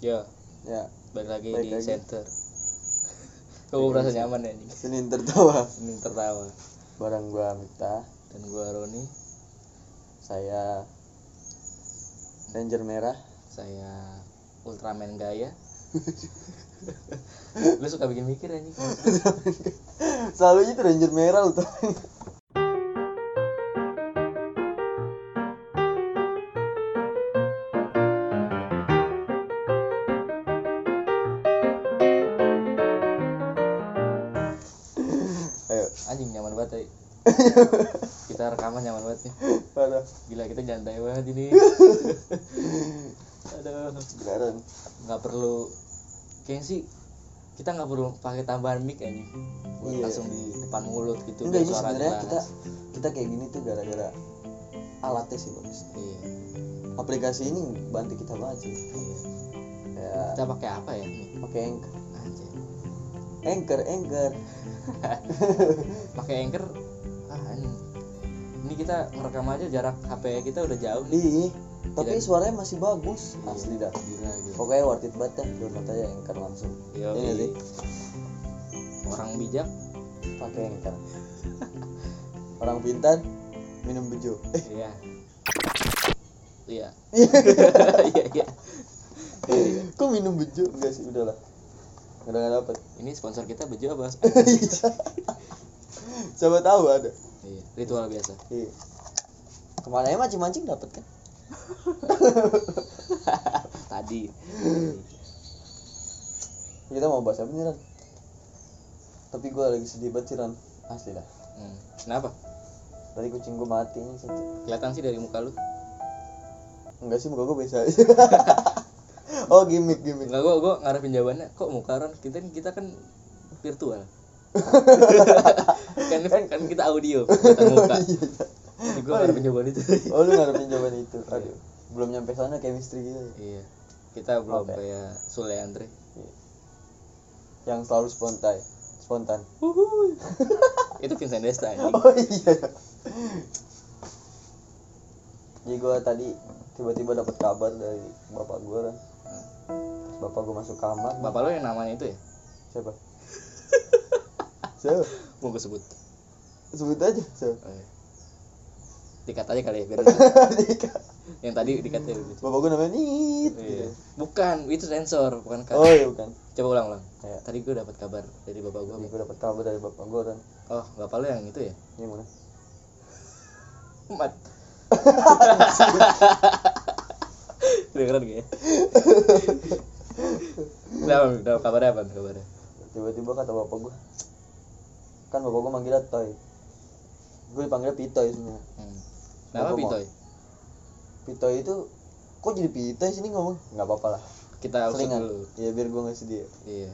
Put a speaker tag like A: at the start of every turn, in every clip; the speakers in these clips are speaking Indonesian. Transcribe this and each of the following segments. A: Ya,
B: ya
A: balik lagi
B: Balik
A: di
B: lagi.
A: center. Gue merasa nyaman ya anjing.
B: Senin tertawa
A: Ini tertawa.
B: barang gua Mita
A: Dan gua Roni,
B: saya Ranger merah
A: saya Ultraman gaya. Lu suka bikin mikir ya, anjing.
B: selalu itu Ranger merah lu tuh ayo
A: Anjing nyaman banget. Tai. Kita rekaman nyaman banget nih.
B: parah
A: Gila kita nyantai banget ini. Aduh,
B: beneran
A: nggak perlu kayaknya sih kita nggak perlu pakai tambahan mic anjing. Buat
B: Iya.
A: Langsung di depan mulut gitu
B: enggak
A: biar
B: ini
A: suara
B: sebenarnya
A: jelas.
B: kita kita kayak gini tuh gara-gara alatnya sih bagus
A: Iya.
B: aplikasi ini bantu kita banget sih
A: iya.
B: ya
A: Kita pakai apa ya? mic?
B: pakai anchor
A: Anjing.
B: anchor anchor
A: pakai anchor ah, ini. ini kita ngerekam aja jarak HP kita udah jauh nih
B: Ih,
A: Tidak.
B: tapi suaranya masih bagus asli dah
A: gila gitu
B: pokoknya worth it banget dah download aja anchor langsung
A: Yoi.
B: Iya sih.
A: orang bijak
B: pakai anchor orang pintar minum bejo eh
A: iya iya
B: Iya.
A: iya iya
B: kok minum bejo enggak sih udahlah udah nggak dapet
A: ini sponsor kita bejo apa
B: siapa tahu ada
A: iya ritual biasa
B: iya kemana ya mancing mancing dapet kan
A: tadi
B: kita mau bahas apa nih Ran? tapi gue lagi sedih banget sih Ran asli dah
A: hmm. kenapa
B: tadi kucing gue mati ini satu
A: kelihatan sih dari muka lu
B: enggak sih muka gue biasa aja oh gimmick gimmick
A: enggak gua gua ngarepin jawabannya kok muka orang kita kita kan virtual kan kan kita audio bukan muka Jadi gua ngarepin jawaban itu
B: oh lu ngarepin jawaban itu aduh belum nyampe sana chemistry gitu ya.
A: Iya. Kita belum
B: Apa ya?
A: kayak Sule Andre.
B: Iya. yang selalu spontan spontan
A: Itu Vincent Desta anjing.
B: oh iya jadi gue tadi tiba-tiba dapat kabar dari bapak gue Ran.
A: Hmm.
B: Pas bapak gue masuk kamar
A: Bapak lo yang namanya itu ya?
B: siapa siapa
A: Mau gue sebut.
B: sebut aja siapa
A: Oh, iya. Dikat aja kali ya biar yang tadi dikat aja dulu.
B: bapak gue namanya Nit gitu.
A: Iya. Bukan, itu sensor, bukan kan.
B: oh iya bukan
A: Coba ulang-ulang.
B: ya
A: Tadi gue dapat kabar dari bapak gue.
B: jadi gue dapat kabar dari bapak gue Ran.
A: Oh, bapak lo yang itu ya?
B: ini mana
A: Mat. Dengeran gak ya? Kenapa, kenapa? kabarnya apa? Kabarnya?
B: tiba-tiba kata bapak gue kan bapak gue manggilnya Toy gue dipanggilnya Pitoy sebenarnya
A: Hmm. Kenapa
B: Bapak mau-
A: Pitoy?
B: Pitoy itu kok jadi Pitoy sini ngomong nggak apa-apa lah
A: Kita usut
B: selingan
A: dulu.
B: ya biar gue nggak sedih
A: Iya.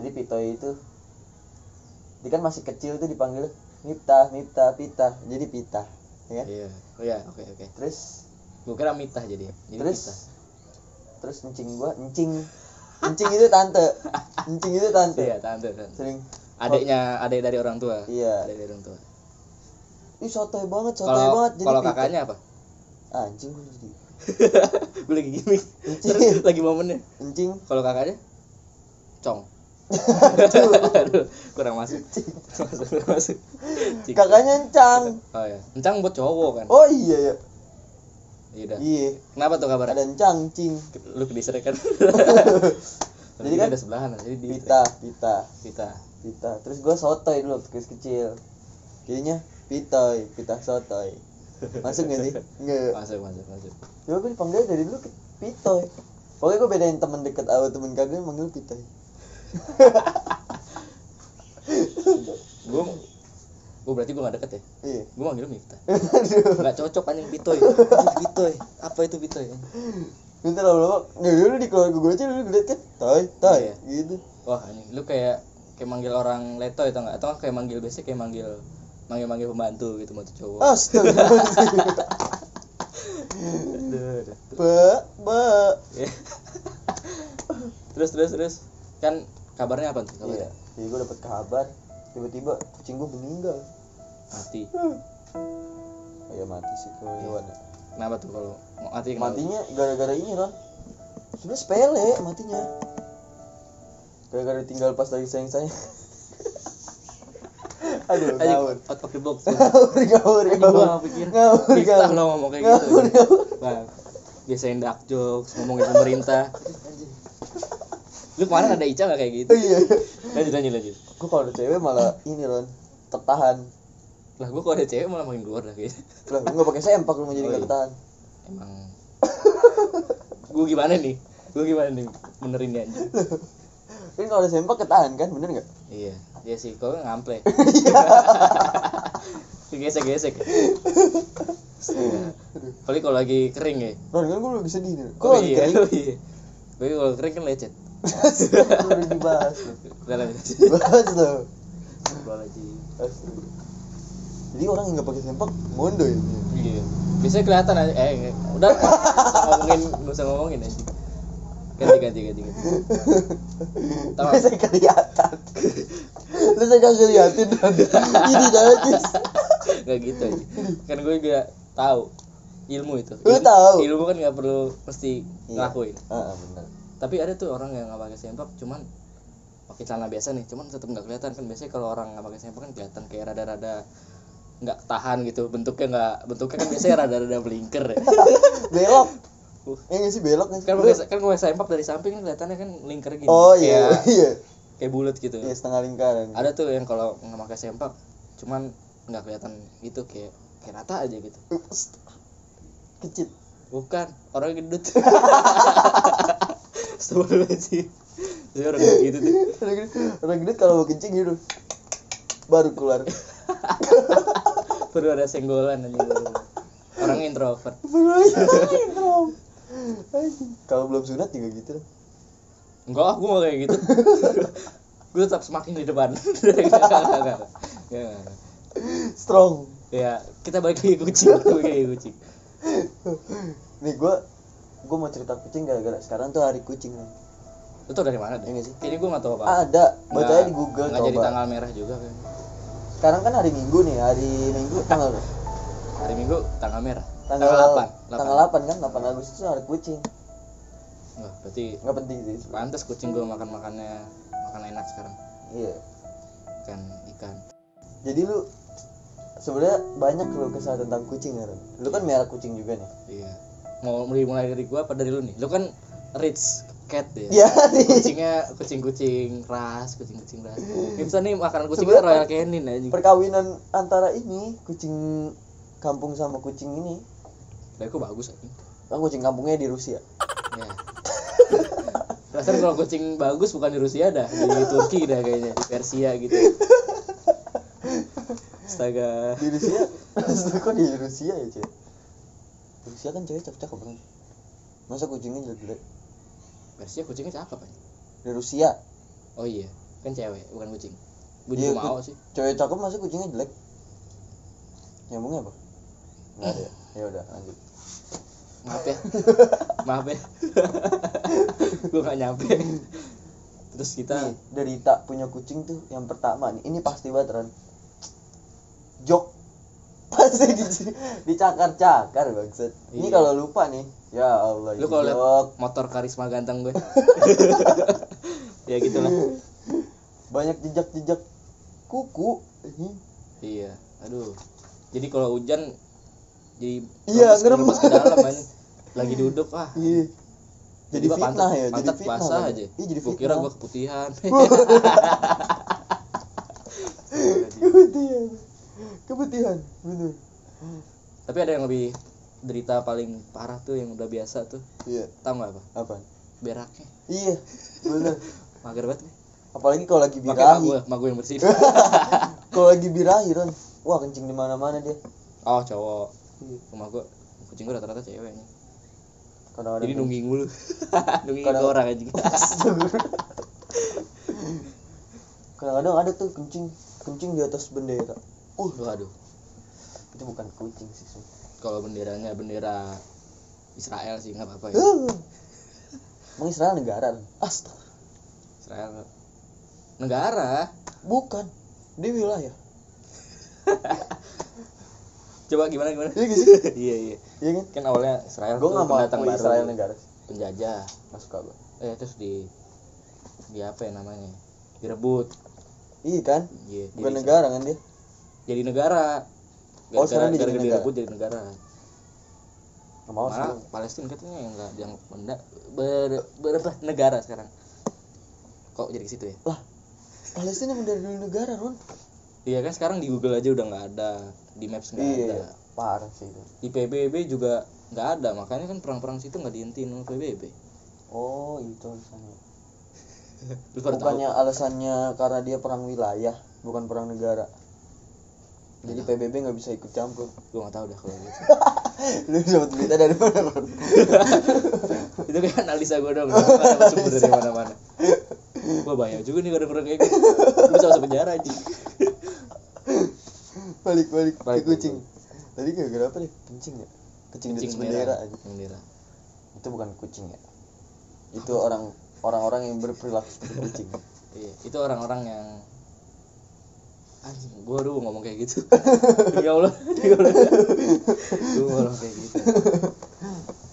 B: jadi Pitoy itu dia kan masih kecil tuh dipanggil Mipta Mipta Pita jadi Pita ya kan?
A: Iya. Oh ya, oke oke.
B: terus
A: Gue kira mitah jadi. ya. Jadi
B: terus
A: mitah.
B: terus encing gue encing encing itu tante encing itu tante
A: Iya, tante. tante.
B: sering
A: Adiknya, adik dari orang tua.
B: iya
A: Adik dari orang tua.
B: ih sotoy banget sotoy
A: Kalau
B: banget jadi
A: kalau
B: Pita.
A: kakaknya apa?
B: Ah, anjing gue jadi
A: Gue lagi gimmick.
B: Encing.
A: lagi momennya.
B: encing
A: Kalau kakaknya? Cong. Aduh, kurang masuk. Kurang masuk, kurang masuk. Cik.
B: kakaknya encang
A: Oh ya. Encang buat cowok kan.
B: oh iya ya
A: Iya. dah.
B: iya
A: Kenapa tuh kabar?
B: ada encang cing
A: Lu kedisrek kan.
B: Jadi
A: Jadi
B: kan
A: ada sebelahan jadi di
B: pita pita
A: Pita.
B: pita terus gue sotoy dulu waktu kecil kecil jadinya pitoy pita sotoy masuk gak sih nggak
A: Masuk, masuk, masuk.
B: coba gue Ya dipanggil dari dulu ke pitoy pokoknya gue bedain temen deket awal temen kagak yang manggil pitoy
A: Gue gue berarti gue gak deket ya?
B: iya
A: gue manggil Miftah nggak cocok anjing pitoy Anjing pitoy apa itu pitoy
B: bentar lama lama nah dulu di keluarga gue aja dulu liat kan toy toy
A: Iya.
B: gitu
A: wah anjing lu kayak kayak manggil orang leto itu nggak atau nggak kayak manggil biasa kayak manggil manggil manggil pembantu gitu mau cowok
B: astaga
A: Aduh, aduh.
B: ba ba
A: Ya. terus terus terus kan kabarnya apa tuh
B: iya
A: kabarnya
B: jadi gue dapet kabar tiba-tiba kucing gue meninggal
A: mati
B: Oh ya mati sih kalau hewan ya. Iya,
A: kenapa tuh kalau mau mati kenapa
B: Matinya gara-gara ini Ron sebenarnya sepele matinya gara-gara tinggal pas lagi sayang sayang aduh
A: Ayo,
B: ngawur
A: out of the box ya.
B: ngawur
A: Ini
B: ngawur ngawur
A: gua gak pikir
B: ngawur
A: Miftah
B: ngawur
A: lo ngomong kayak gitu
B: ngawur ngawur
A: Bang, biasain dark jokes, ngomongin pemerintah Lu kemarin ada Ica gak kayak gitu?
B: Oh, iya
A: Lanjut, lanjut, lanjut
B: gue kalau ada cewek malah ini Ron tertahan
A: Lah gua kalau ada cewek malah makin keluar dah kayaknya
B: lah gue nggak pakai sempak lu mau
A: Oh,
B: jadi
A: iya.
B: nggak tertahan
A: Emang Gua gimana nih? Gua gimana nih benerin dia anjing?
B: kan kalau ada sempak ketahan kan bener nggak
A: Iya, dia sih, kok ngample Digesek-gesek Astaga. Apalagi kalau lagi kering ya
B: Ron kan gue lagi sedih nih
A: Oh
B: kok lagi
A: iya,
B: kering
A: oh iya Tapi kalau kering kan lecet
B: udah dibahas lu.
A: Udah lanjut
B: bahas lo
A: Gua lagi
B: Asli. Jadi orang yang nggak pakai sempak mondo ya. dia.
A: Iya. Biasanya kelihatan aja. Eh, nggak. udah nggak usah ngomongin, nggak usah ngomongin aja. Ganti, ganti, ganti, ganti. Tahu.
B: Lu saya kelihatan. Lu saya kagak liatin. Ini Iya. najis.
A: Nggak gitu aja. Kan gue juga tahu ilmu itu.
B: Lu
A: Il-
B: tahu.
A: Ilmu kan nggak perlu mesti ngelakuin.
B: Ah, benar.
A: Tapi ada tuh orang yang nggak pakai sempak, cuman pakai celana biasa nih, cuman tetap nggak kelihatan kan biasanya kalau orang nggak pakai sempak kan kelihatan kayak rada-rada nggak tahan gitu bentuknya nggak bentuknya kan biasanya rada-rada blinker ya
B: Belok. Eh nggak sih belok nggak sih?
A: Uh. kan pakai kan gue sempak dari samping kan kelihatannya kan lingkar gini
B: Oh iya,
A: Kayak-
B: iya.
A: kayak bulat gitu
B: Iya setengah lingkaran.
A: ada tuh yang kalau nggak pakai sempak cuman nggak kelihatan gitu kayak kayak rata aja gitu
B: Pst. Kecil.
A: bukan orang gendut sebelum sih jadi orang gendut gitu tuh
B: Orang gendut- Orang gendut kalau mau kencing gitu baru keluar.
A: perlu ada senggolan aja gitu. orang introvert
B: Baru aja keluar, Bro. Iya, Anjing. Kalau belum sunat juga gitu. lah.
A: enggak ah, gue mau kayak gitu gue tetap semakin di depan Enggak, enggak, enggak. Enggak, enggak.
B: Strong.
A: ya kita balik lagi ke kucing kita balik lagi ke kucing
B: Nih gue gue mau cerita kucing gara-gara sekarang tuh hari kucing nih.
A: lu tau dari mana deh
B: Iya nggak sih?
A: kayaknya gue nggak tahu apa
B: Ada, bacanya di Google
A: Nah, nggak jadi
B: coba.
A: tanggal merah juga kan. kayaknya
B: Sekarang kan hari Minggu nih, hari Minggu tanggal
A: hari minggu tanggal merah
B: tanggal
A: delapan.
B: Tanggal 8 kan, 8 Agustus itu hari kucing.
A: Wah, berarti
B: Enggak penting sih. sebenarnya.
A: pantas kucing gua makan makannya makan enak sekarang
B: Iya.
A: ikan ikan
B: Jadi lu sebenarnya banyak lu kesal tentang kucing kan. Lu kan merah kucing juga nih.
A: iya mau mulai mulai dari gua apa dari lu nih lu kan rich cat ya
B: Iya nih.
A: kucingnya kucing kucing ras kucing kucing ras Miftah nih makanan kucingnya
B: Hmm.
A: royal
B: Sebenarnya- kan
A: canin aja
B: Perkawinan antara ini kucing kampung sama kucing ini.
A: dari gua bagus aja
B: Kan kucing kampungnya di Rusia.
A: ya Perasaan kalau kucing bagus bukan di Rusia dah, di Turki dah kayaknya, di Persia gitu. Astaga.
B: Di Rusia. Kok di Rusia ya, Cek? Rusia kan cewek cakep-cakep kan. Masa kucingnya jelek-jelek?
A: Persia kucingnya cakep kan?
B: Di Rusia.
A: Oh iya, kan cewek, bukan kucing. Gue
B: Iya,
A: juga mau
B: ku-
A: sih.
B: cewek cakep masa kucingnya jelek nyambungnya apa nggak ada ya? ya udah lanjut
A: maaf ya maaf ya gue gak nyampe terus kita
B: nih dari tak punya kucing tuh yang pertama nih ini pasti banget Ran jok pasti di- dicakar-cakar bangset
A: Iya.
B: ini kalau lupa nih ya
A: lu
B: Allah ini
A: kalau liat
B: jok
A: motor karisma ganteng gue ya gitulah
B: banyak jejak-jejak kuku Ih,
A: iya aduh jadi kalau hujan jadi
B: Iya, ngeremes.
A: ngeremes ke dalam anjing. lagi duduk ah
B: iya jadi
A: Tiba-tiba
B: fitnah ya jadi
A: pantat
B: fitnah
A: basah
B: kan?
A: aja
B: iya jadi
A: gue kira
B: fitnah
A: gue keputihan
B: keputihan keputihan bener
A: tapi ada yang lebih derita paling parah tuh yang udah biasa tuh
B: iya
A: tau gak apa
B: apa
A: beraknya
B: iya bener
A: mager banget nih
B: apalagi kalau lagi
A: pakai mak
B: birahi
A: gue mak gue yang bersih
B: kalau lagi birahi Ron wah kencing di mana mana dia
A: oh cowok
B: Iya.
A: rumah gue kucing gue rata-rata cewek nih
B: kadang-kadang
A: jadi nungging mulu nungging
B: Kadang-
A: ke orang anjing
B: kadang-kadang ada tuh kencing kencing di atas bendera
A: uh aduh
B: itu bukan kucing sih Sun.
A: kalau benderanya bendera Israel sih nggak apa-apa ya
B: Huh. emang Israel Eh. negara Ron? astaga
A: Israel negara
B: bukan di wilayah
A: coba gimana gimana
B: Iya nggak sih?
A: iya iya
B: iya kan
A: kan awalnya Israel
B: gue
A: tuh
B: Iya nggak mau
A: pendatang
B: akui
A: baru
B: Israel negara
A: penjajah
B: Nggak suka gue.
A: eh terus di di apa ya namanya direbut
B: Iya kan?
A: Iya,
B: Bukan
A: jadi-
B: negara kan dia?
A: jadi negara
B: Oh, sekarang dia
A: gara-gara
B: jadi negara. Oh,
A: direbut jadi negara
B: Nggak mau
A: malah
B: sih.
A: Palestina katanya yang nggak yang benda ber, ber, apa, negara sekarang kok jadi ke situ ya
B: Lah, Palestina emang dari dulu negara, Ron.
A: iya kan sekarang di Google aja udah nggak ada di Maps nggak ada
B: Iya, parah sih itu.
A: di PBB juga nggak ada makanya kan perang-perang situ nggak dihentiin sama PBB
B: Oh, itu alasannya.
A: Lu baru tahu?
B: Bukannya alasannya karena dia perang wilayah, bukan perang negara. Jadi PBB nggak bisa ikut campur.
A: gue nggak tahu dah kalau gitu
B: Lu dapat berita dari mana, Ron?
A: itu kayak analisa gue dong nggak ada sumber dari mana-mana wah bahaya juga nih kalau ada perang kayak gitu Lu bisa masuk penjara aja
B: balik balik ke
A: Balik,
B: kucing. Tadi gara-gara apa nih? Kencing ya? Kencing, di atas bendera aja.
A: bendera
B: Itu bukan kucing ya. Itu orang orang-orang yang berperilaku seperti kucing.
A: Iya, itu orang-orang yang anjing gue aduh ngomong kayak gitu ya allah ya allah gue ngomong kayak gitu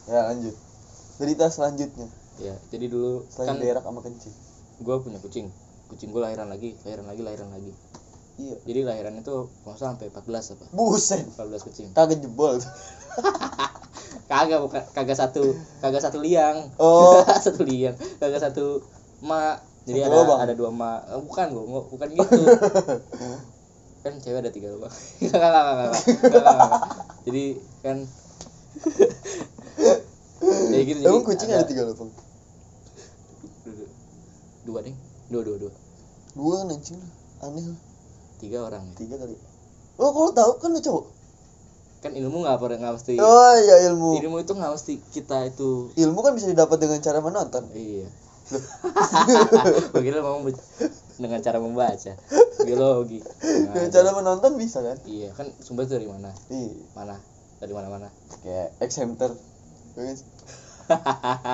B: ya, lanjut. Berita selanjutnya.
A: ya jadi dulu
B: Selain
A: kan
B: berak sama kencing.
A: gue punya kucing kucing gue lahiran lagi lahiran lagi lahiran lagi
B: Iya.
A: jadi lahiran itu kalau nggak salah sampai 14 apa
B: Buset.
A: 14 kucing
B: Kagak jebol tuh.
A: kagak bukan kagak satu kagak satu liang
B: Oh.
A: satu liang kagak satu ma jadi
B: Satu
A: ada
B: lubang.
A: ada dua ma Eh, bukan gue bukan gitu kan cewek ada tiga lubang Nggak, nggak, nggak, nggak, nggak. Nggak, nggak, nggak. jadi kan jadi gitu jadi
B: Emang kucing Ya, ada tiga lubang?
A: dua deh dua dua dua
B: Dua kan anjing lu. Aneh lu.
A: tiga orang ya.
B: Tiga kali. Lo kalau tahu kan lu cowok.
A: kan ilmu nggak per- nggak mesti
B: Oh ya ilmu.
A: ilmu itu nggak mesti kita itu
B: Ilmu kan bisa didapat dengan cara menonton.
A: iya bagi lo mau be- dengan cara membaca biologi Nah,
B: Dengan cara menonton bisa kan?
A: iya kan sumber itu dari mana
B: Iya.
A: mana dari mana mana
B: Kayak examter. Ya kan?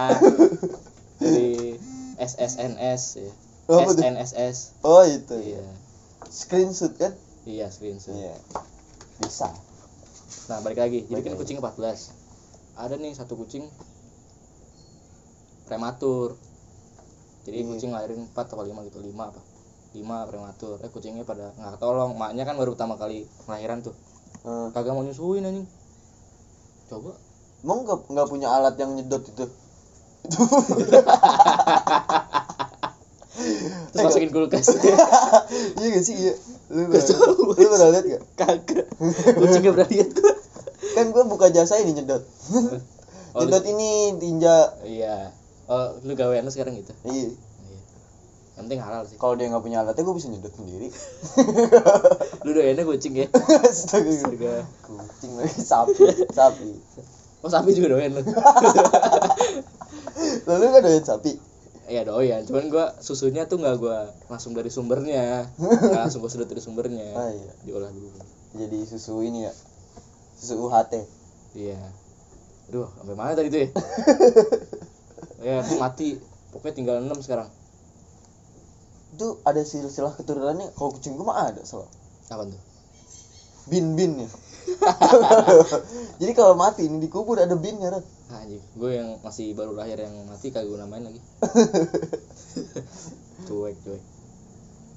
A: dari SSNS ya
B: Oh, apa tuh?
A: SNSS
B: Oh itu
A: iya
B: ya. Screenshot kan?
A: iya screenshot
B: Iya. Bisa.
A: nah balik lagi jadi
B: Balik
A: kan
B: lagi.
A: kucing 14 ada nih satu kucing prematur jadi
B: Iya.
A: kucing lahirin 4 atau 5 gitu 5 apa 5 prematur eh kucingnya pada nggak tolong maknya kan baru pertama kali lahiran tuh
B: Eh,
A: kagak mau nyusuin anjing coba
B: emang nggak nggak punya alat yang nyedot itu?
A: terus masukin kulkas
B: iya gak sih? Iya. Lu pernah, lu pernah lihat gak?
A: kagak kucingnya berani lihat gua
B: Kan gue buka jasa ini nyedot.
A: Oh, lu-
B: nyedot ini tinja.
A: iya oh lu gawean lu sekarang gitu
B: Iya.
A: Iya. Yang penting halal sih.
B: Kalau dia nggak punya alatnya gue bisa nyedot sendiri.
A: Lu doyannya kucing ya?
B: Astaga.
A: Astaga.
B: Kucing lagi sapi, sapi.
A: Oh sapi juga doyan lu?
B: Lalu gak doyan sapi?
A: Iya doyan, cuman gua susunya tuh nggak gua langsung dari sumbernya, nggak langsung gua sedot dari sumbernya,
B: Ah, iya.
A: diolah dulu.
B: Jadi susu ini ya. Susu UHT.
A: Iya. Aduh, sampai mana tadi tuh ya? ya mati, pokoknya tinggal 6 sekarang.
B: Itu ada silsilah keturunannya. Kalau kucing gue mah ada soalnya.
A: Kapan tuh?
B: bin bin ya jadi kalau mati ini dikubur ada binnya Ron.
A: Ah, Anjing, gue yang masih baru lahir yang mati kagak gue namain lagi. cuek, cuek.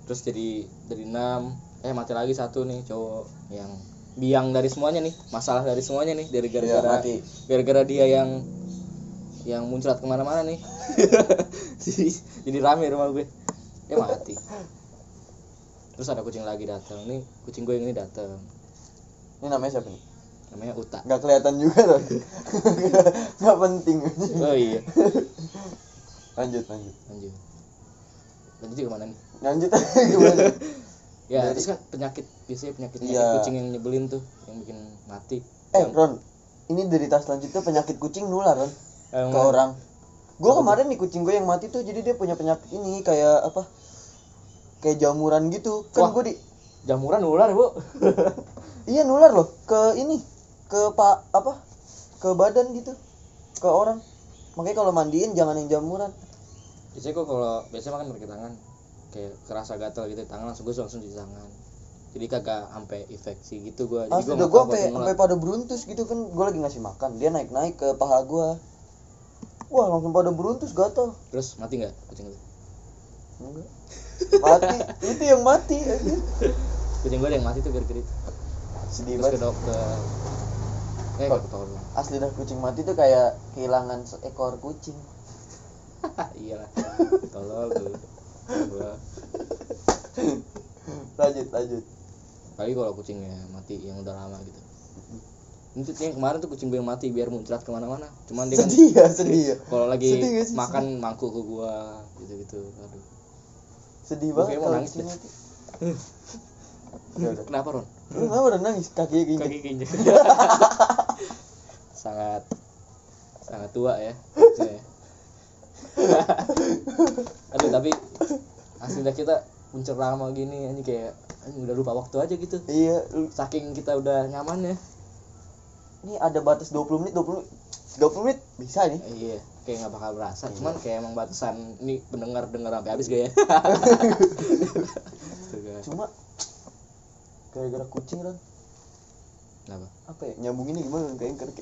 A: Terus jadi dari 6 eh mati lagi satu nih cowok yang biang dari semuanya nih, masalah dari semuanya nih dari
B: Iya,
A: gara-gara
B: mati.
A: gara-gara dia yang yang muncrat kemana-mana nih. jadi, jadi rame rumah gue. Dia Ya mati. Terus ada kucing lagi datang nih, kucing gue yang ini datang.
B: ini namanya siapa nih
A: Namanya Uta.
B: nggak kelihatan juga Ron. nggak penting
A: Oh iya,
B: lanjut lanjut
A: anjing. Lanjutnya kemana nih?
B: lanjut gimana
A: Ya,
B: Dari-
A: terus kan penyakit biasanya penyakit,
B: Iya.
A: penyakit kucing yang nyebelin tuh, yang bikin mati.
B: eh
A: Yang-
B: Ron ini derita selanjutnya penyakit kucing nular Ron
A: yang-
B: ke orang gue kemarin nih kucing gue yang mati tuh jadi dia punya penyakit ini kayak apa kayak jamuran gitu
A: Wah.
B: kan gue di
A: jamuran ular, Bu.
B: iya nular loh ke ini ke pak apa ke badan gitu ke orang makanya kalau mandiin jangan yang jamuran
A: biasanya kok kalau biasanya makan pakai tangan kayak kerasa gatal gitu di tangan langsung gue langsung cuci tangan. Jadi kagak sampai infeksi gitu gua.
B: Ah,
A: Jadi nggak
B: sudah gue
A: tahu
B: sampai
A: apa
B: sampai pada beruntus gitu kan gue lagi ngasih makan dia naik naik ke paha gue wah langsung pada beruntus gatal
A: terus mati nggak kucing itu
B: Enggak. mati itu yang mati anjir.
A: kucing gue ada yang mati tuh gara-gara itu
B: sedih
A: terus ke
B: banget
A: dokter eh
B: Kok-
A: nggak ketahuan
B: asli dah kucing mati tuh kayak kehilangan seekor kucing
A: Hah, iyalah tolol tuh gue
B: lanjut lanjut
A: Apalagi kalau kucingnya mati yang udah lama gitu itu yang kemarin tuh kucing gue yang mati biar muncrat kemana-mana cuman dia kan
B: sedih ya sedih ya
A: kalau lagi
B: Sedih nggak sih?
A: makan mangkuk ke gua gitu gitu aduh
B: sedih
A: Gua
B: banget
A: kayak mau
B: kalau
A: nangis
B: kucing
A: deh.
B: mati Ya udah.
A: kenapa Ron
B: lu kenapa udah nangis kakinya keinjek
A: kaki kinjek sangat sangat tua ya maksudnya. aduh tapi hasilnya kita muncrat lama gini ini kayak anjing, udah lupa waktu aja gitu
B: iya lu
A: saking kita udah nyaman ya
B: ini ada batas 20 menit 20 menit 20 menit bisa nih
A: Eh, iya kayak nggak bakal berasa
B: Iya.
A: cuman kayak emang batasan ini pendengar dengar sampai habis gak ya Astaga.
B: cuma gara-gara kucing kan
A: Kenapa?
B: apa ya nyambunginnya gimana kayak kayak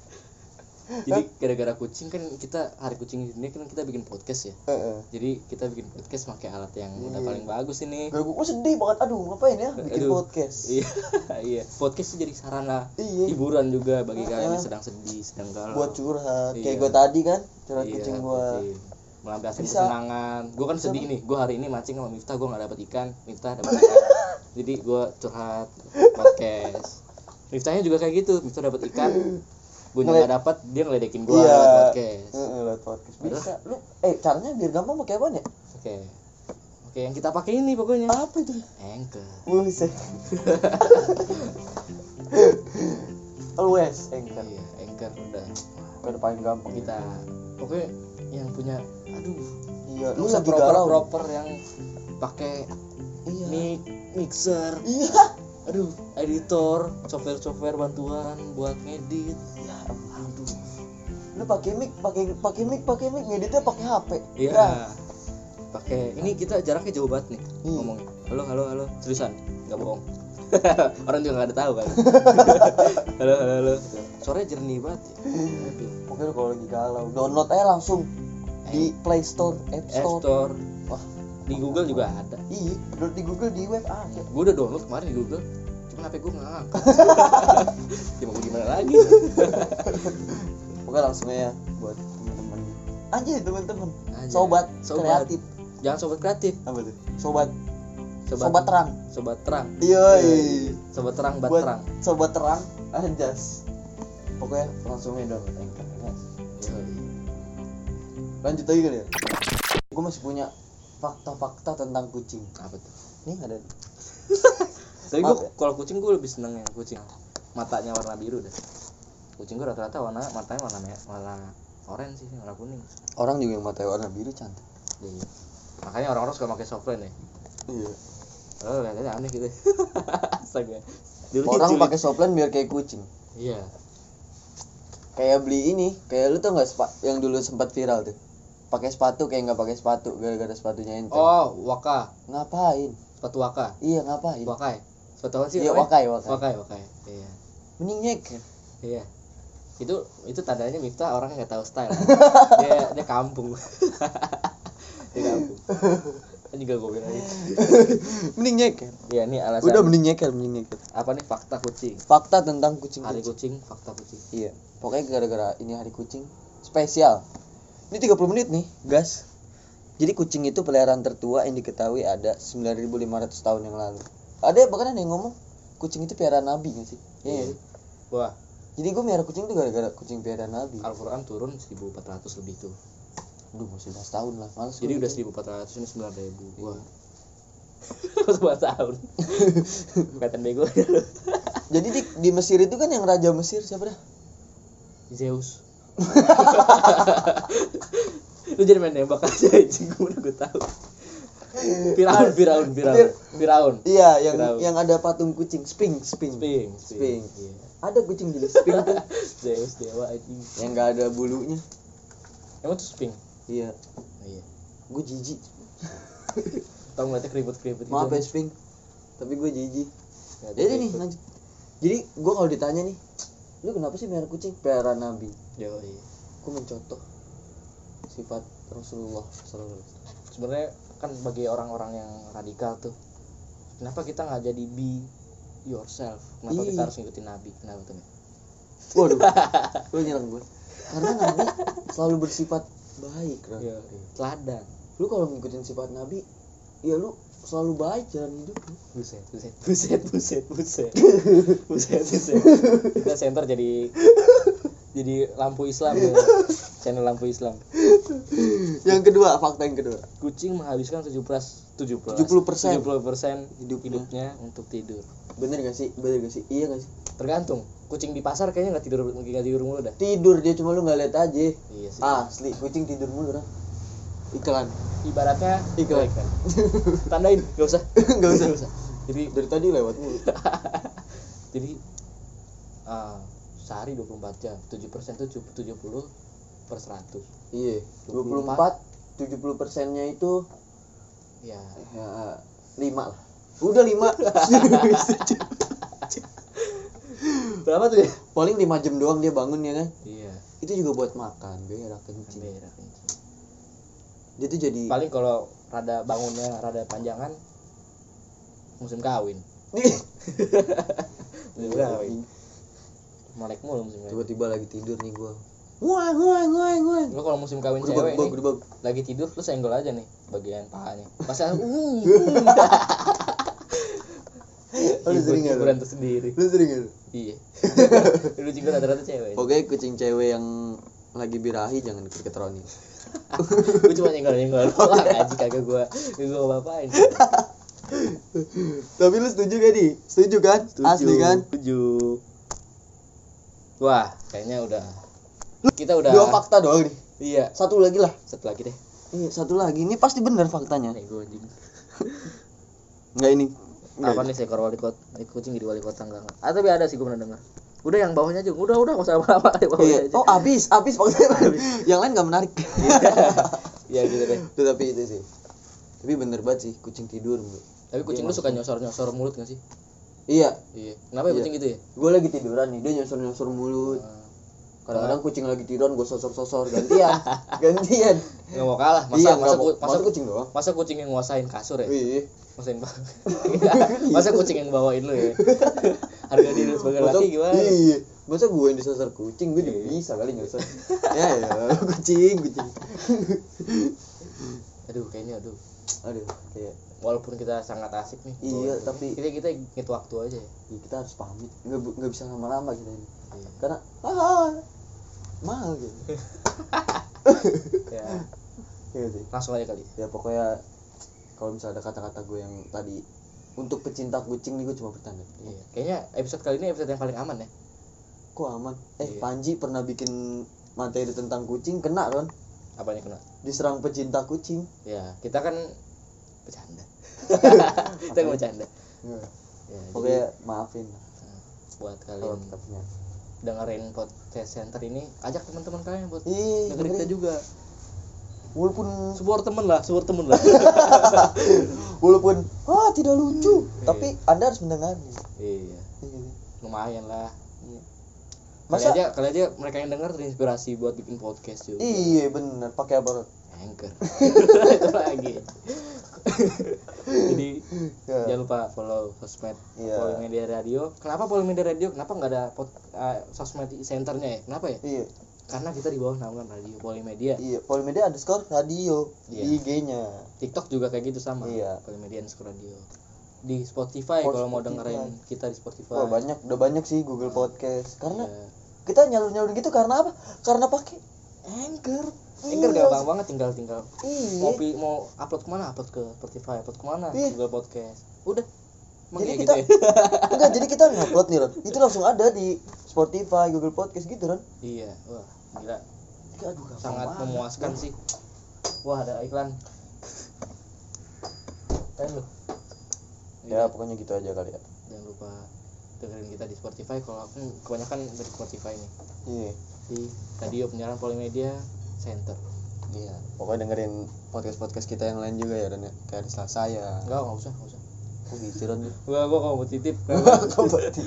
A: jadi gara-gara kucing kan kita hari kucing ini kan kita bikin podcast ya
B: Heeh.
A: jadi kita bikin podcast pakai alat yang udah
B: Iya.
A: paling bagus ini
B: gara gue sedih banget aduh ngapain ya bikin
A: Aduh.
B: podcast
A: iya iya podcast itu jadi sarana
B: iya
A: hiburan juga bagi kalian yang
B: Heeh.
A: sedang sedih sedang galau
B: buat curhat kayak
A: Iya.
B: gue tadi kan curhat
A: Iya,
B: kucing gue
A: kucing. melampiaskan
B: Bisa.
A: kesenangan gue kan
B: Bisa,
A: sedih
B: Bang.
A: nih gue hari ini mancing sama Miftah gue nggak dapet ikan Miftah dapet ikan jadi gue curhat podcast Miftahnya juga kayak gitu Miftah dapet ikan gue
B: Ngeliat-
A: nggak dapet dia ngeledekin gue
B: Iya.
A: podcast
B: Heeh, lewat podcast bisa lu eh caranya biar gampang pakai apa ya
A: Oke. Oke, yang kita pakai ini pokoknya.
B: apa itu
A: Anchor.
B: buset always eh, anchor
A: Iya, Anchor udah.
B: Biar paling gampang
A: Kita pokoknya yang punya aduh,
B: iya lu
A: lu
B: lagi
A: proper
B: galau
A: proper yang pakai
B: iya
A: mic, mixer,
B: iya
A: aduh, editor, software-software bantuan buat ngedit.
B: Ya ampun.
A: Aduh.
B: lu pakai mic pakai pakai mic pakai mic ngeditnya pakai HP
A: Iya.
B: Dah.
A: Pakai ini kita jaraknya jauh banget nih
B: Iya.
A: ngomongnya. Halo, halo, halo. Seriusan, nggak bohong. Orang juga nggak ada tahu kan. halo, halo, halo. Suaranya jernih banget. Ya. Aduh.
B: Pokoknya lu kalau lagi galau, download aja langsung di Play Store, App
A: App Eh,
B: Store.
A: Store.
B: Wah.
A: Di Google juga ada.
B: Iya, download di Google di web ah, ada.
A: Gue udah download kemarin di Google. Cuman HP gue nggak ngangkat. ya mau gimana lagi?
B: Pokoknya langsung aja buat teman-teman. Aja teman-teman.
A: Anjay.
B: Sobat,
A: Sobat.
B: kreatif.
A: Jangan sobat kreatif.
B: Apa tuh? Sobat, sobat,
A: Sobat
B: terang.
A: sobat terang.
B: Yoi.
A: Sobat terang bat
B: Buat
A: terang.
B: sobat terang, anjas. Pokoknya langsung aja download Anchor, ya guys. Lanjut lagi kali ya. Gue masih punya fakta-fakta tentang kucing.
A: Apa tuh?
B: Nih ada.
A: Tapi gue
B: Maaf ya.
A: kalau kucing gue lebih seneng yang kucing matanya warna biru deh. Kucing gue rata-rata warna matanya warna me- warna orange sih, warna kuning.
B: Orang juga yang matanya warna biru cantik.
A: Iya. Makanya orang-orang suka pakai soft lens ya.
B: Iya.
A: Lo liatnya aneh gitu. Astaga. Dulu
B: Orang
A: dulu-
B: pakai soplan biar kayak kucing.
A: Iya.
B: kayak beli ini kayak lu tau nggak sepa- yang dulu sempat viral tuh pakai sepatu kayak nggak pakai sepatu gara-gara sepatunya enteng
A: Oh, waka.
B: ngapain
A: sepatu waka
B: iya ngapain
A: wakai sepatu apa sih
B: iya
A: namanya?
B: wakai wakai
A: wakai wakai iya
B: mending nyeker
A: iya itu itu tandanya Miftah orang nggak tahu style dia dia kampung dia kampung Ini juga gue bilang
B: mending nyeker
A: ya ini alasan
B: udah mending nyeker mending nyeker
A: apa nih fakta kucing
B: fakta tentang kucing
A: hari
B: kucing
A: kucing fakta kucing
B: iya pokoknya gara-gara ini hari kucing spesial ini 30 menit nih gas jadi kucing itu peliharaan tertua yang diketahui ada 9500 tahun yang lalu ada bahkan ada yang ngomong kucing itu piara nabi nggak sih Iya nggak sih?
A: wah
B: Jadi gue miara kucing tuh gara-gara kucing piara Nabi.
A: Al-Quran turun 1400 lebih tuh
B: Aduh, masih 11 tahun lah. Males
A: jadi
B: gua
A: udah 1400
B: gitu.
A: ini 9000 wah sebuah tahun kelihatan bego
B: Jadi di, di Mesir itu kan yang raja Mesir siapa dah?
A: Zeus lu jadi main nembak aja anjing gue udah gue tahu Firaun Firaun Firaun Firaun
B: Iya, yang
A: Firaun.
B: yang ada patung kucing, Sphinx, Sphinx.
A: Sphinx
B: Sphinx.
A: iya.
B: Ada kucing jenis Sphinx tuh
A: Zeus dewa anjing
B: yang gak ada bulunya.
A: emang tuh Sphinx
B: Iya,
A: Oh, iya
B: gue jijik.
A: tau ngeliatnya gitu. keribut keribut
B: Maaf ya Sphinx. Tapi gue jijik.
A: Ngeliatnya
B: Jadi nih
A: keribut.
B: lanjut. Jadi gue kalau ditanya nih, lu kenapa sih miara kucing piara Nabi?
A: Yoi.
B: aku mencontoh sifat Rasulullah SAW.
A: sebenarnya kan bagi orang-orang yang radikal tuh kenapa kita nggak jadi be yourself kenapa
B: Ih.
A: kita harus ngikutin nabi kenapa tuh Mi?
B: Waduh, lu nyerang gue. Karena Nabi selalu bersifat baik, Ra.
A: Iya. teladan
B: Lu kalau ngikutin sifat Nabi, ya lu selalu baik jalan hidup. lu.
A: buset buset buset buset buset buset buset kita center jadi jadi lampu Islam ya. channel lampu Islam
B: Yang kedua, fakta yang kedua.
A: kucing menghabiskan 17 17
B: 70%.
A: 70%
B: Hidupnya.
A: hidupnya untuk tidur
B: Bener gak sih? Bener gak sih? Iya gak sih?
A: tergantung kucing di pasar kayaknya nggak tidur nggak tidur mulu dah
B: Tidur dia cuma lu nggak lihat aja.
A: iya sih
B: Ah, Asli, kucing tidur mulu, Ra. Iklan.
A: ibaratnya
B: Iklan.
A: Ikan. tandain nggak usah
B: Nggak usah.
A: jadi
B: Dari tadi lewat mulu.
A: jadi ah, sehari 24 jam 7 persen tuh 70 per 100
B: Iya,
A: 24,
B: 24 70 persennya itu
A: ya
B: ya, 5 lah. Udah 5.
A: berapa tuh ya
B: Paling 5 jam doang dia bangun ya kan.
A: iya
B: Itu juga buat makan, biar kencing.
A: berak kencing.
B: Dia tuh jadi
A: paling kalau rada bangunnya rada panjangan musim kawin musim kawin melek mulu musim kawin
B: tiba-tiba lagi tidur nih gua. Wah, wah, wah, wah.
A: lu kalau musim kawin cewek
B: Gerubak, gerubak,
A: nih,
B: gerubak.
A: lagi tidur lu senggol aja nih bagian pahanya pasti langsung, "Mm,
B: Oh, Lu
A: mm."
B: sering nggak,
A: hiburan
B: lu?
A: tersendiri
B: Lu sering nggak, lu?
A: iya lu juga rata-rata cewek
B: Oke, kucing cewek yang lagi birahi jangan deket Roni.
A: gue cuma nyenggol nyenggol doang aja kagak gue gue ngapain
B: Tapi lu setuju gak, Di? Setuju kan? Asli kan?
A: setuju wah kayaknya udah kita udah
B: Dua fakta doang nih.
A: iya
B: Satu lagi lah.
A: satu lagi deh
B: Iya, satu lagi. Ini pasti bener faktanya.
A: nih gue anjing
B: Enggak ini. Iya.
A: apa nih seekor wali kota kucing jadi wali kota enggak enggak ah tapi ada sih gue pernah dengar udah yang bawahnya aja udah udah nggak usah lama-lama yang bawahnya
B: Iya.
A: aja
B: Oh, abis, abis Iya, faktanya. Yang lain gak menarik.
A: ya gitu deh
B: Tuh, tapi itu sih. Tapi bener banget sih, kucing tidur. Bu.
A: tapi kucing lu suka nyosor nyosor mulut gak sih
B: Iya,
A: iya kenapa ya
B: Iya.
A: kucing gitu ya Ah,
B: gue lagi tiduran nih, dia nyosor-nyosor mulut. Kadang-kadang kucing lagi tiduran, gue sosor-sosor. Gantian, gantian.
A: nggak mau kalah masa
B: iya,
A: masa,
B: masa,
A: ku- masa,
B: kucing doang.
A: masa kucing yang nguasain kasur ya
B: Iya.
A: Masain bang. Masa kucing yang bawain lu ya. Harga diri lu sebagai
B: Masa-
A: laki gimana?
B: Iya. Masa gue yang disasar kucing, gue juga bisa kali nyasar. ya ya, kucing, kucing.
A: Aduh, kayaknya aduh.
B: Aduh, kayak
A: Walaupun kita sangat asik nih.
B: Iya,
A: bawain.
B: tapi-
A: kita kita inget waktu aja ya.
B: ya kita harus pamit. Nggak, bu- nggak bisa lama-lama kita ini.
A: Iya.
B: Karena ah, mahal gitu.
A: Ya,
B: Iya sih.
A: langsung aja kali.
B: Ya pokoknya kalau misalnya ada kata-kata gue yang tadi untuk pecinta kucing nih gue cuma bertanda.
A: Iya. Kayaknya episode kali ini episode yang paling aman ya.
B: Kok aman? Eh,
A: Iya.
B: Panji pernah bikin materi tentang kucing kena Ron
A: Apanya kena?
B: diserang pecinta kucing.
A: Ya, kita kan bercanda. kita kan bercanda. Ya, jadi
B: Pokoknya maafin lah
A: buat
B: kalau
A: kalian
B: kita punya.
A: dengerin podcast center ini, ajak teman-teman kalian buat
B: Ih,
A: dengerin kita
B: dengerin.
A: juga.
B: walaupun
A: Support temen lah, support temen lah.
B: walaupun
A: Hmm.
B: ah tidak lucu tapi anda harus mendengarnya
A: iya. Lumayan lah. Kali
B: masa
A: aja, kali aja mereka yang dengar terinspirasi buat bikin podcast juga.
B: iya bener pakai apa
A: Anchor. Itu lagi. Jadi
B: ya.
A: jangan lupa follow sosmed
B: Iya.
A: Follow Media Radio. Kenapa follow Media Radio? Kenapa nggak ada pod, eh, sosmed centernya ya? Kenapa ya?
B: iya
A: Karena kita di bawah naungan Radio Polimedia.
B: iya polimedia underscore radio
A: Iya.
B: di ig-nya
A: TikTok juga kayak gitu sama.
B: Iya.
A: Polimedia underscore Radio. Di Spotify
B: Oh,
A: kalau mau
B: Spotify.
A: dengerin kita di Spotify.
B: wah banyak udah banyak sih google podcast karena
A: Iya.
B: kita nyalur nyalur gitu karena apa karena pakai
A: Anchor. Anchor gampang banget tinggal tinggal
B: iya
A: mau pi- mau upload kemana upload ke Spotify upload kemana
B: Iya.
A: Google Podcast udah Emang
B: jadi
A: kayak
B: kita
A: gitu ya?
B: enggak jadi kita ngupload nih Ron itu langsung ada di Spotify Google Podcast gitu Ron
A: iya wah gila
B: aduh gampang
A: sangat
B: banget.
A: memuaskan sih wah ada iklan Eh, lu.
B: ya pokoknya gitu aja kali ya
A: jangan lupa dengerin kita di Spotify kalau aku kebanyakan dari Spotify nih
B: iya
A: di radio penyiaran Polimedia Center
B: Iya, pokoknya dengerin podcast-podcast kita yang lain juga ya dan ya. kayak ada salah saya.
A: enggak enggak usah enggak usah
B: Aku gitu Ron.
A: gua gua kompetitif
B: Kompeti.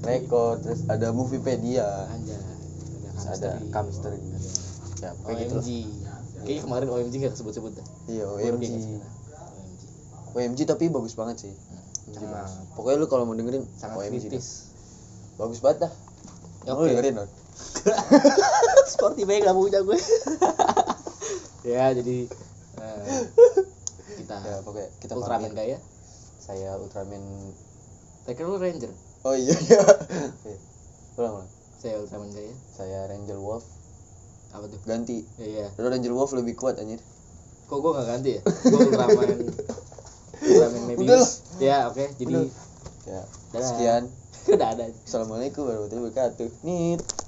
B: Rekod terus ada Moviepedia.
A: anjay
B: ada
A: Kamisteri.
B: Kamisteri. Siapa?
A: kayak gitu
B: Ya, lah.
A: OMG kayaknya kemarin OMG gak kesebut-sebut dah
B: Iya,
A: Baru
B: OMG.
A: dia nggak sebut. OMG
B: OMG tapi bagus banget sih. OMG
A: Sangat-
B: bagus. Pokoknya lu kalau mau dengerin
A: sangat kritis
B: OMG. dah. Bagus banget dah.
A: Ya, oke.
B: Lu dengerin, Don.
A: sporty banget gak punya gue ya jadi eh, kita
B: Ya, pokoknya kita
A: Nah, Ultraman
B: pamit.
A: gaya
B: Saya Ultraman
A: terakhir lu Ranger
B: Oh iya iya. Iya. ulang ulang.
A: saya Ultraman gaya
B: Saya Ranger Wolf
A: apa tuh
B: ganti.
A: iya
B: Lu Ranger Wolf lebih kuat anjir.
A: kok gue gak ganti ya gue Ultraman Ultraman
B: Udah lah.
A: Mebius ya oke jadi
B: Ya.
A: Dadah.
B: Sekian.
A: udah ada
B: Assalamualaikum warahmatullahi wabarakatuh. Nit.